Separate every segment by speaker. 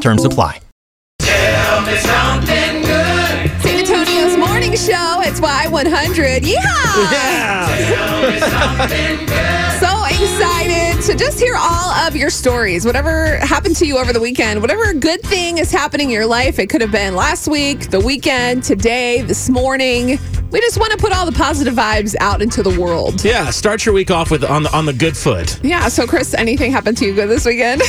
Speaker 1: Terms apply.
Speaker 2: Tell me something good.
Speaker 3: San Antonio's morning show. It's Y100. Yeehaw! So excited to just hear all of your stories. Whatever happened to you over the weekend, whatever good thing is happening in your life, it could have been last week, the weekend, today, this morning. We just want to put all the positive vibes out into the world.
Speaker 4: Yeah, start your week off with on the on the good foot.
Speaker 3: Yeah, so Chris, anything happened to you good this weekend?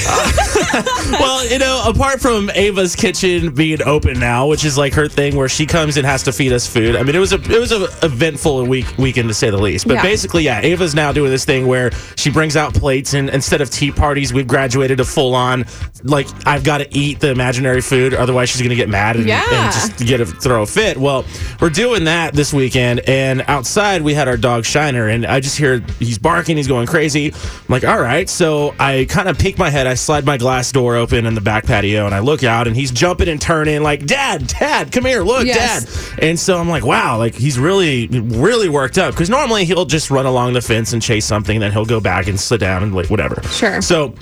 Speaker 4: well, you know, apart from Ava's kitchen being open now, which is like her thing where she comes and has to feed us food. I mean, it was a it was a eventful week weekend to say the least. But
Speaker 3: Yeah.
Speaker 4: basically, yeah, Ava's now doing this thing where she brings out plates and instead of tea parties, we've graduated to full on like I've got to eat the imaginary food, otherwise she's gonna get mad and,
Speaker 3: Yeah.
Speaker 4: and just get a throw a fit. Well, we're doing that this weekend, and outside we had our dog Shiner, and I just hear he's barking, he's going crazy. I'm like, all right. So I kind of peek my head, I slide my glass door open in the back patio, and I look out, and he's jumping and turning, like, Dad, Dad, come here, look,
Speaker 3: Yes.
Speaker 4: Dad. And so I'm like, wow, like he's really, really worked up because normally he'll just run along the fence and chase something, then he'll go back and sit down and like whatever.
Speaker 3: Sure.
Speaker 4: So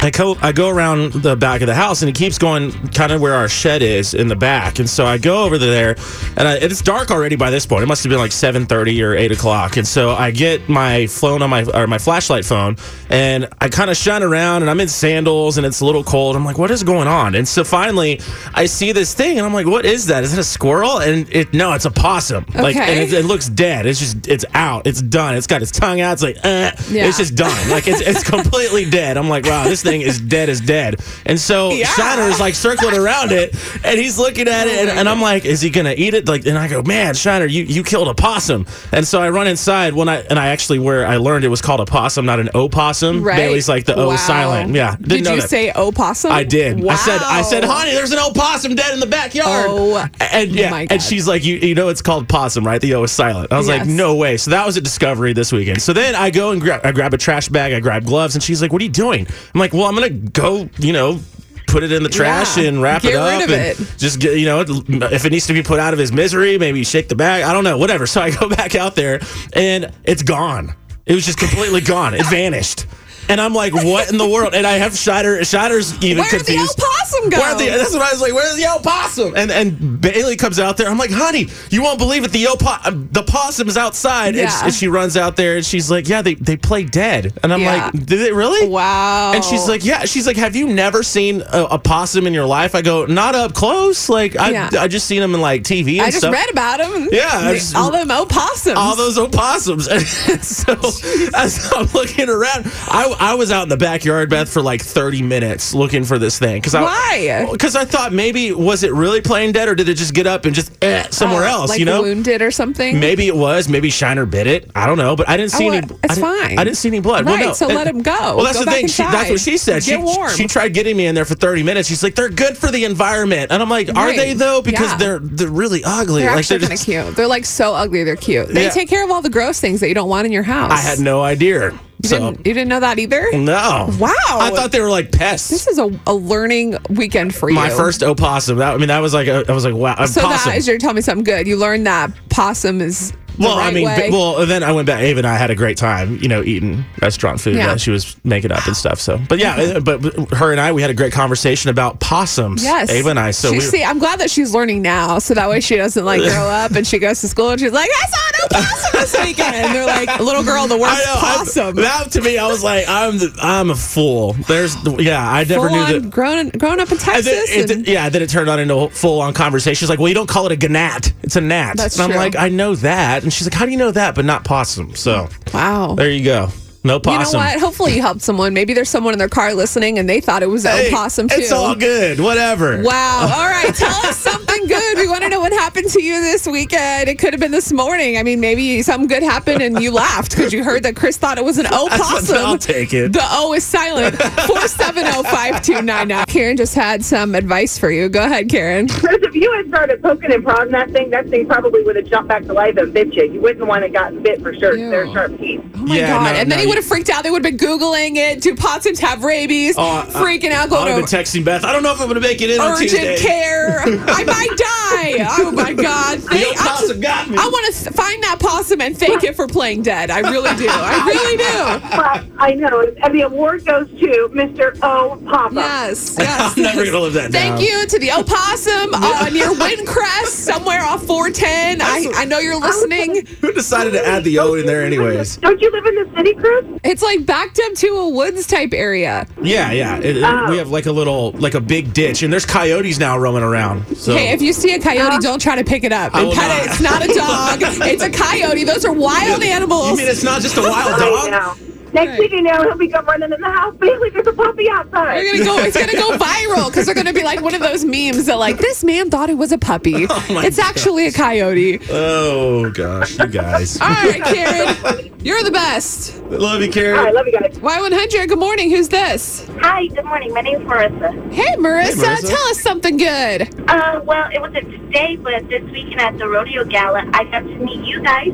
Speaker 4: I go I go around the back of the house and it keeps going kind of where our shed is in the back. And so I go over there and I, it's dark already by this point. It must have been like seven thirty or eight o'clock. And so I get my phone on my or my flashlight phone and I kind of shine around and I'm in sandals and it's a little cold. I'm like, what is going on? And so finally I see this thing and I'm like, what is that? Is it a squirrel? And it no, it's a possum. Like
Speaker 3: Okay.
Speaker 4: and it, it looks dead. It's just it's out. It's done. It's got its tongue out. It's like eh.
Speaker 3: Yeah.
Speaker 4: it's just done. Like it's, it's completely dead. I'm like, wow, this thing is dead as dead. And so
Speaker 3: Yeah. Oh
Speaker 4: Shiner is like circling around it, and he's looking at it, and, and I'm like, is he gonna eat it? Like, and I go, man, Shiner, you you killed a possum. And so I run inside when I and I actually where I learned it was called a possum, not an opossum.
Speaker 3: right?
Speaker 4: Bailey's like the O
Speaker 3: Wow.
Speaker 4: is silent. Yeah, didn't
Speaker 3: Did
Speaker 4: know
Speaker 3: you
Speaker 4: that.
Speaker 3: say opossum?
Speaker 4: I did. I said, I said,
Speaker 3: Wow.
Speaker 4: honey, there's an opossum dead in the backyard.
Speaker 3: Oh,
Speaker 4: and yeah,
Speaker 3: my God.
Speaker 4: and she's like, you, you know, it's called possum, right? The O is silent. I was
Speaker 3: Yes.
Speaker 4: like, no way. So that was a discovery this weekend. So then I go and grab, I grab a trash bag, I grab gloves, and she's like, what are you doing? I'm like, well, I'm gonna go, you know. Put it in the trash
Speaker 3: Yeah.
Speaker 4: and wrap
Speaker 3: Get
Speaker 4: it
Speaker 3: rid
Speaker 4: up,
Speaker 3: of
Speaker 4: and
Speaker 3: it.
Speaker 4: just get you know if it needs to be put out of his misery, maybe shake the bag. I don't know, whatever. So I go back out there, and it's gone. It was just completely gone. It vanished, and I'm like, what in the world? And I have Shider. Shider's even even
Speaker 3: Where did the
Speaker 4: confused.
Speaker 3: opossum go?
Speaker 4: Where did the- that's what I was like. Where's the opossum? And and Bailey comes out there. I'm like, honey, you won't believe it. The opo- uh, the possum's outside. And,
Speaker 3: Yeah.
Speaker 4: and she runs out there and she's like, yeah, they, they play dead. And I'm
Speaker 3: Yeah.
Speaker 4: like, did it really?
Speaker 3: Wow.
Speaker 4: And she's like, yeah. She's like, have you never seen a, a possum in your life? I go, not up close. Like I
Speaker 3: Yeah.
Speaker 4: I just seen them in like TV. And
Speaker 3: I just
Speaker 4: stuff.
Speaker 3: read about them.
Speaker 4: Yeah, I just-
Speaker 3: all them opossums.
Speaker 4: all those opossums. And so as I'm looking around, I, I was out in the backyard, Beth, for like 30 minutes looking for this thing. Cause I,
Speaker 3: Why?
Speaker 4: Because I thought maybe was it really playing dead, or did it just get up and just eh, somewhere
Speaker 3: Oh,
Speaker 4: else?
Speaker 3: like
Speaker 4: you know.
Speaker 3: wounded or something.
Speaker 4: Maybe it was. Maybe Shiner bit it. I don't know, but I didn't see
Speaker 3: Oh,
Speaker 4: any.
Speaker 3: it's
Speaker 4: I didn't-
Speaker 3: fine.
Speaker 4: I didn't see any blood.
Speaker 3: Right,
Speaker 4: well, no.
Speaker 3: so let 'em go.
Speaker 4: Well, that's
Speaker 3: Go
Speaker 4: the
Speaker 3: back
Speaker 4: thing. She, that's what
Speaker 3: inside.
Speaker 4: she
Speaker 3: Get
Speaker 4: said. she,
Speaker 3: warm.
Speaker 4: she tried getting me in there for 30 minutes. She's like, they're good for the environment, and I'm like, are
Speaker 3: Right.
Speaker 4: they though? Because
Speaker 3: Yeah.
Speaker 4: they're they're really ugly.
Speaker 3: They're
Speaker 4: like
Speaker 3: actually kind of
Speaker 4: just-
Speaker 3: cute. They're like so ugly. They're cute. They
Speaker 4: Yeah.
Speaker 3: take care of all the gross things that you don't want in your house.
Speaker 4: I had no idea.
Speaker 3: You,
Speaker 4: so
Speaker 3: didn't, you didn't know that either.
Speaker 4: No.
Speaker 3: Wow.
Speaker 4: I thought they were like pests.
Speaker 3: This is a, a learning weekend for you.
Speaker 4: my first opossum. That, I mean, that was like a, I was like, wow,
Speaker 3: So
Speaker 4: opossum.
Speaker 3: that is your tell me something good. You learned that possum is. the
Speaker 4: well, I
Speaker 3: right
Speaker 4: mean,
Speaker 3: way.
Speaker 4: b- well, and then I went back. Ava and I had a great time, you know, eating restaurant food.
Speaker 3: Yeah.
Speaker 4: Yeah. she was making up and stuff. So, but yeah, uh, but but her and I, we had a great conversation about possums.
Speaker 3: Yes.
Speaker 4: Ava and I. So
Speaker 3: She-
Speaker 4: we,
Speaker 3: see, I'm glad that she's learning now, so that way she doesn't like grow up and she goes to school and she's like, I saw an opossum this weekend, and they're like, little girl, the worst
Speaker 4: I know. I-
Speaker 3: possum.
Speaker 4: that to me, I was like, I'm the, I'm a fool. There's, yeah, I never
Speaker 3: Full
Speaker 4: knew
Speaker 3: on
Speaker 4: that.
Speaker 3: grown grown up in
Speaker 4: And then
Speaker 3: Texas.
Speaker 4: it-
Speaker 3: and-
Speaker 4: yeah, then it turned on into a full on conversation. She's like, "Well, you don't call it a gnat; it's a gnat."
Speaker 3: That's
Speaker 4: and I'm
Speaker 3: true.
Speaker 4: like, "I know that." And she's like, "How do you know that, but not possum?" So
Speaker 3: wow.
Speaker 4: there you go, no possum.
Speaker 3: You know what? Hopefully you helped someone. Maybe there's someone in their car listening and they thought it was an
Speaker 4: Hey,
Speaker 3: opossum too.
Speaker 4: It's all good. Whatever.
Speaker 3: Wow. All right. Tell us something good. we want to know what happened to you this weekend. It could have been this morning. I mean, maybe something good happened and you laughed because you heard that Chris thought it was an opossum.
Speaker 4: I'll take it.
Speaker 3: The O is silent. 4705299. Karen just had some advice for you. Go ahead, Karen.
Speaker 5: Chris, if you had started poking and prodding that thing, that thing probably would have jumped back to life and bit you. You wouldn't want to gotten bit for sure. 'cause They're
Speaker 3: Ew.
Speaker 5: sharp teeth.
Speaker 3: Oh my
Speaker 4: Yeah,
Speaker 3: God.
Speaker 4: no,
Speaker 3: and then
Speaker 4: no,
Speaker 3: he
Speaker 4: you-
Speaker 3: would have freaked out. They would have been Googling it. Do possums have rabies?
Speaker 4: Oh, I-
Speaker 3: Freaking out,
Speaker 4: I'd
Speaker 3: going
Speaker 4: have
Speaker 3: over.
Speaker 4: been texting Beth. I don't know if I'm going to make it in on
Speaker 3: urgent
Speaker 4: Tuesday.
Speaker 3: care. I might die. Oh my god!
Speaker 4: The
Speaker 3: Thank- I'm-
Speaker 4: opossum got me.
Speaker 3: I want to find that possum and thank it for playing dead. I really do. I really do.
Speaker 5: But I know. And the award goes to Mr. O. Papa.
Speaker 3: Yes, yes.
Speaker 4: I'm never gonna live that
Speaker 3: Thank
Speaker 4: down.
Speaker 3: you to the opossum uh, near Windcrest, somewhere off 410. I, I know you're listening.
Speaker 4: Who decided to add the O in there, anyways?
Speaker 5: Don't you live in the city, Chris?
Speaker 3: It's like backed up to a woods type area.
Speaker 4: Yeah, yeah. It- it-
Speaker 5: Oh.
Speaker 4: We have like a little, like a big ditch, and there's coyotes now roaming around. So
Speaker 3: Hey, if you see a coyote, don't try to pick it up.
Speaker 4: I
Speaker 3: And
Speaker 4: will
Speaker 3: pet
Speaker 4: not.
Speaker 3: it. It's not a dog. It's a coyote. Those are wild
Speaker 4: you
Speaker 3: animals.
Speaker 4: mean it's not just a wild
Speaker 5: I
Speaker 4: dog?
Speaker 5: know. Oh, Next
Speaker 3: Right.
Speaker 5: thing you know, he'll be come running in the house. Bailey, there's a puppy outside.
Speaker 3: They're gonna go. It's gonna go viral because they're gonna be like one of those memes that like this man thought it was a puppy.
Speaker 4: Oh my
Speaker 3: it's actually a coyote.
Speaker 4: Oh gosh, you guys.
Speaker 3: All right, Karen, you're the best.
Speaker 5: All
Speaker 4: Love you,
Speaker 5: right,
Speaker 4: Karen.
Speaker 5: love you guys.
Speaker 3: Y100. Good morning. Who's this?
Speaker 6: Hi, good morning. My name's Marissa.
Speaker 3: Hey, Marissa.
Speaker 4: Marissa.
Speaker 3: Tell us something good.
Speaker 6: Uh, well, it wasn't today, but this weekend at the rodeo gala, I got to meet you guys.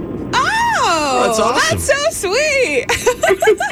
Speaker 3: Oh,
Speaker 4: That's awesome.
Speaker 3: that's so sweet.
Speaker 6: So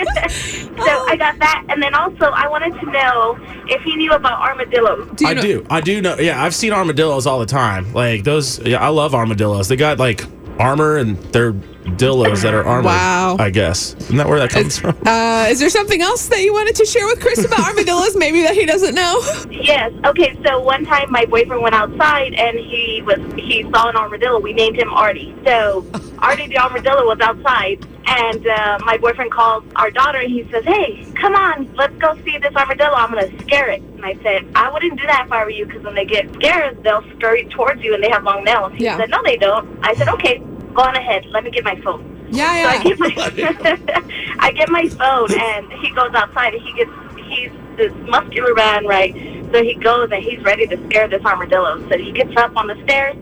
Speaker 3: Oh.
Speaker 6: I got that, and then also I wanted to know if you knew about armadillos.
Speaker 3: Do you
Speaker 4: I
Speaker 3: know-
Speaker 4: do. I do know. Yeah, I've seen armadillos all the time. Like those. Yeah, I love armadillos. They got like armor and they're dillos that are armored.
Speaker 3: Wow.
Speaker 4: I guess isn't that where that comes from?
Speaker 3: Uh, is there something else that you wanted to share with Chris about armadillos? Maybe that he doesn't know.
Speaker 6: Yes. Okay. So one time, my boyfriend went outside and he was he saw an armadillo. We named him Artie. So Artie the armadillo was outside, and uh, my boyfriend called our daughter. and He says, "Hey, come on, let's go see this armadillo. I'm gonna scare it." And I said, "I wouldn't do that if I were you, because when they get scared, they'll scurry towards you and they have long nails." He
Speaker 3: Yeah.
Speaker 6: said, "No, they don't." I said, "Okay, go on ahead. Let me get my phone." So I
Speaker 3: Yeah, yeah.
Speaker 6: get my I get my phone and he goes outside and he gets he's this muscular man, right? So he goes and he's ready to scare this armadillo. So he gets up on the stairs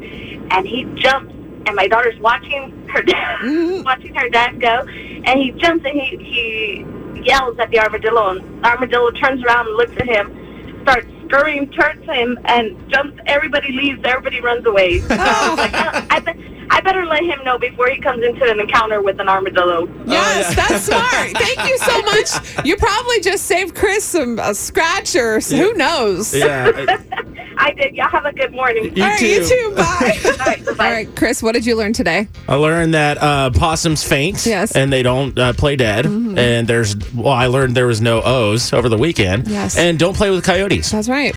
Speaker 6: and he jumps and my daughter's watching her dad watching her dad go and he jumps and he, he yells at the armadillo and the armadillo turns around and looks at him, starts scurrying towards him and jumps everybody leaves, everybody runs away. So I was like, "Oh, I bet I better let him know before he comes into an encounter with an armadillo.
Speaker 4: Oh,
Speaker 3: Yes, that's smart. Thank you so much. You probably just saved Chris some a scratch or s- who knows.
Speaker 4: yeah. E
Speaker 6: I did. Y'all have a good morning.
Speaker 4: You
Speaker 3: All right, you too. Bye.
Speaker 6: All right, bye-bye.
Speaker 3: All right, Chris, what did you learn today?
Speaker 4: I learned that uh, possums faint,
Speaker 3: Yes. Mm-hmm.
Speaker 4: and they don't uh, play dead. And there's, well, I learned there was no O's over the weekend.
Speaker 3: Yes.
Speaker 4: and don't play with coyotes.
Speaker 3: That's right.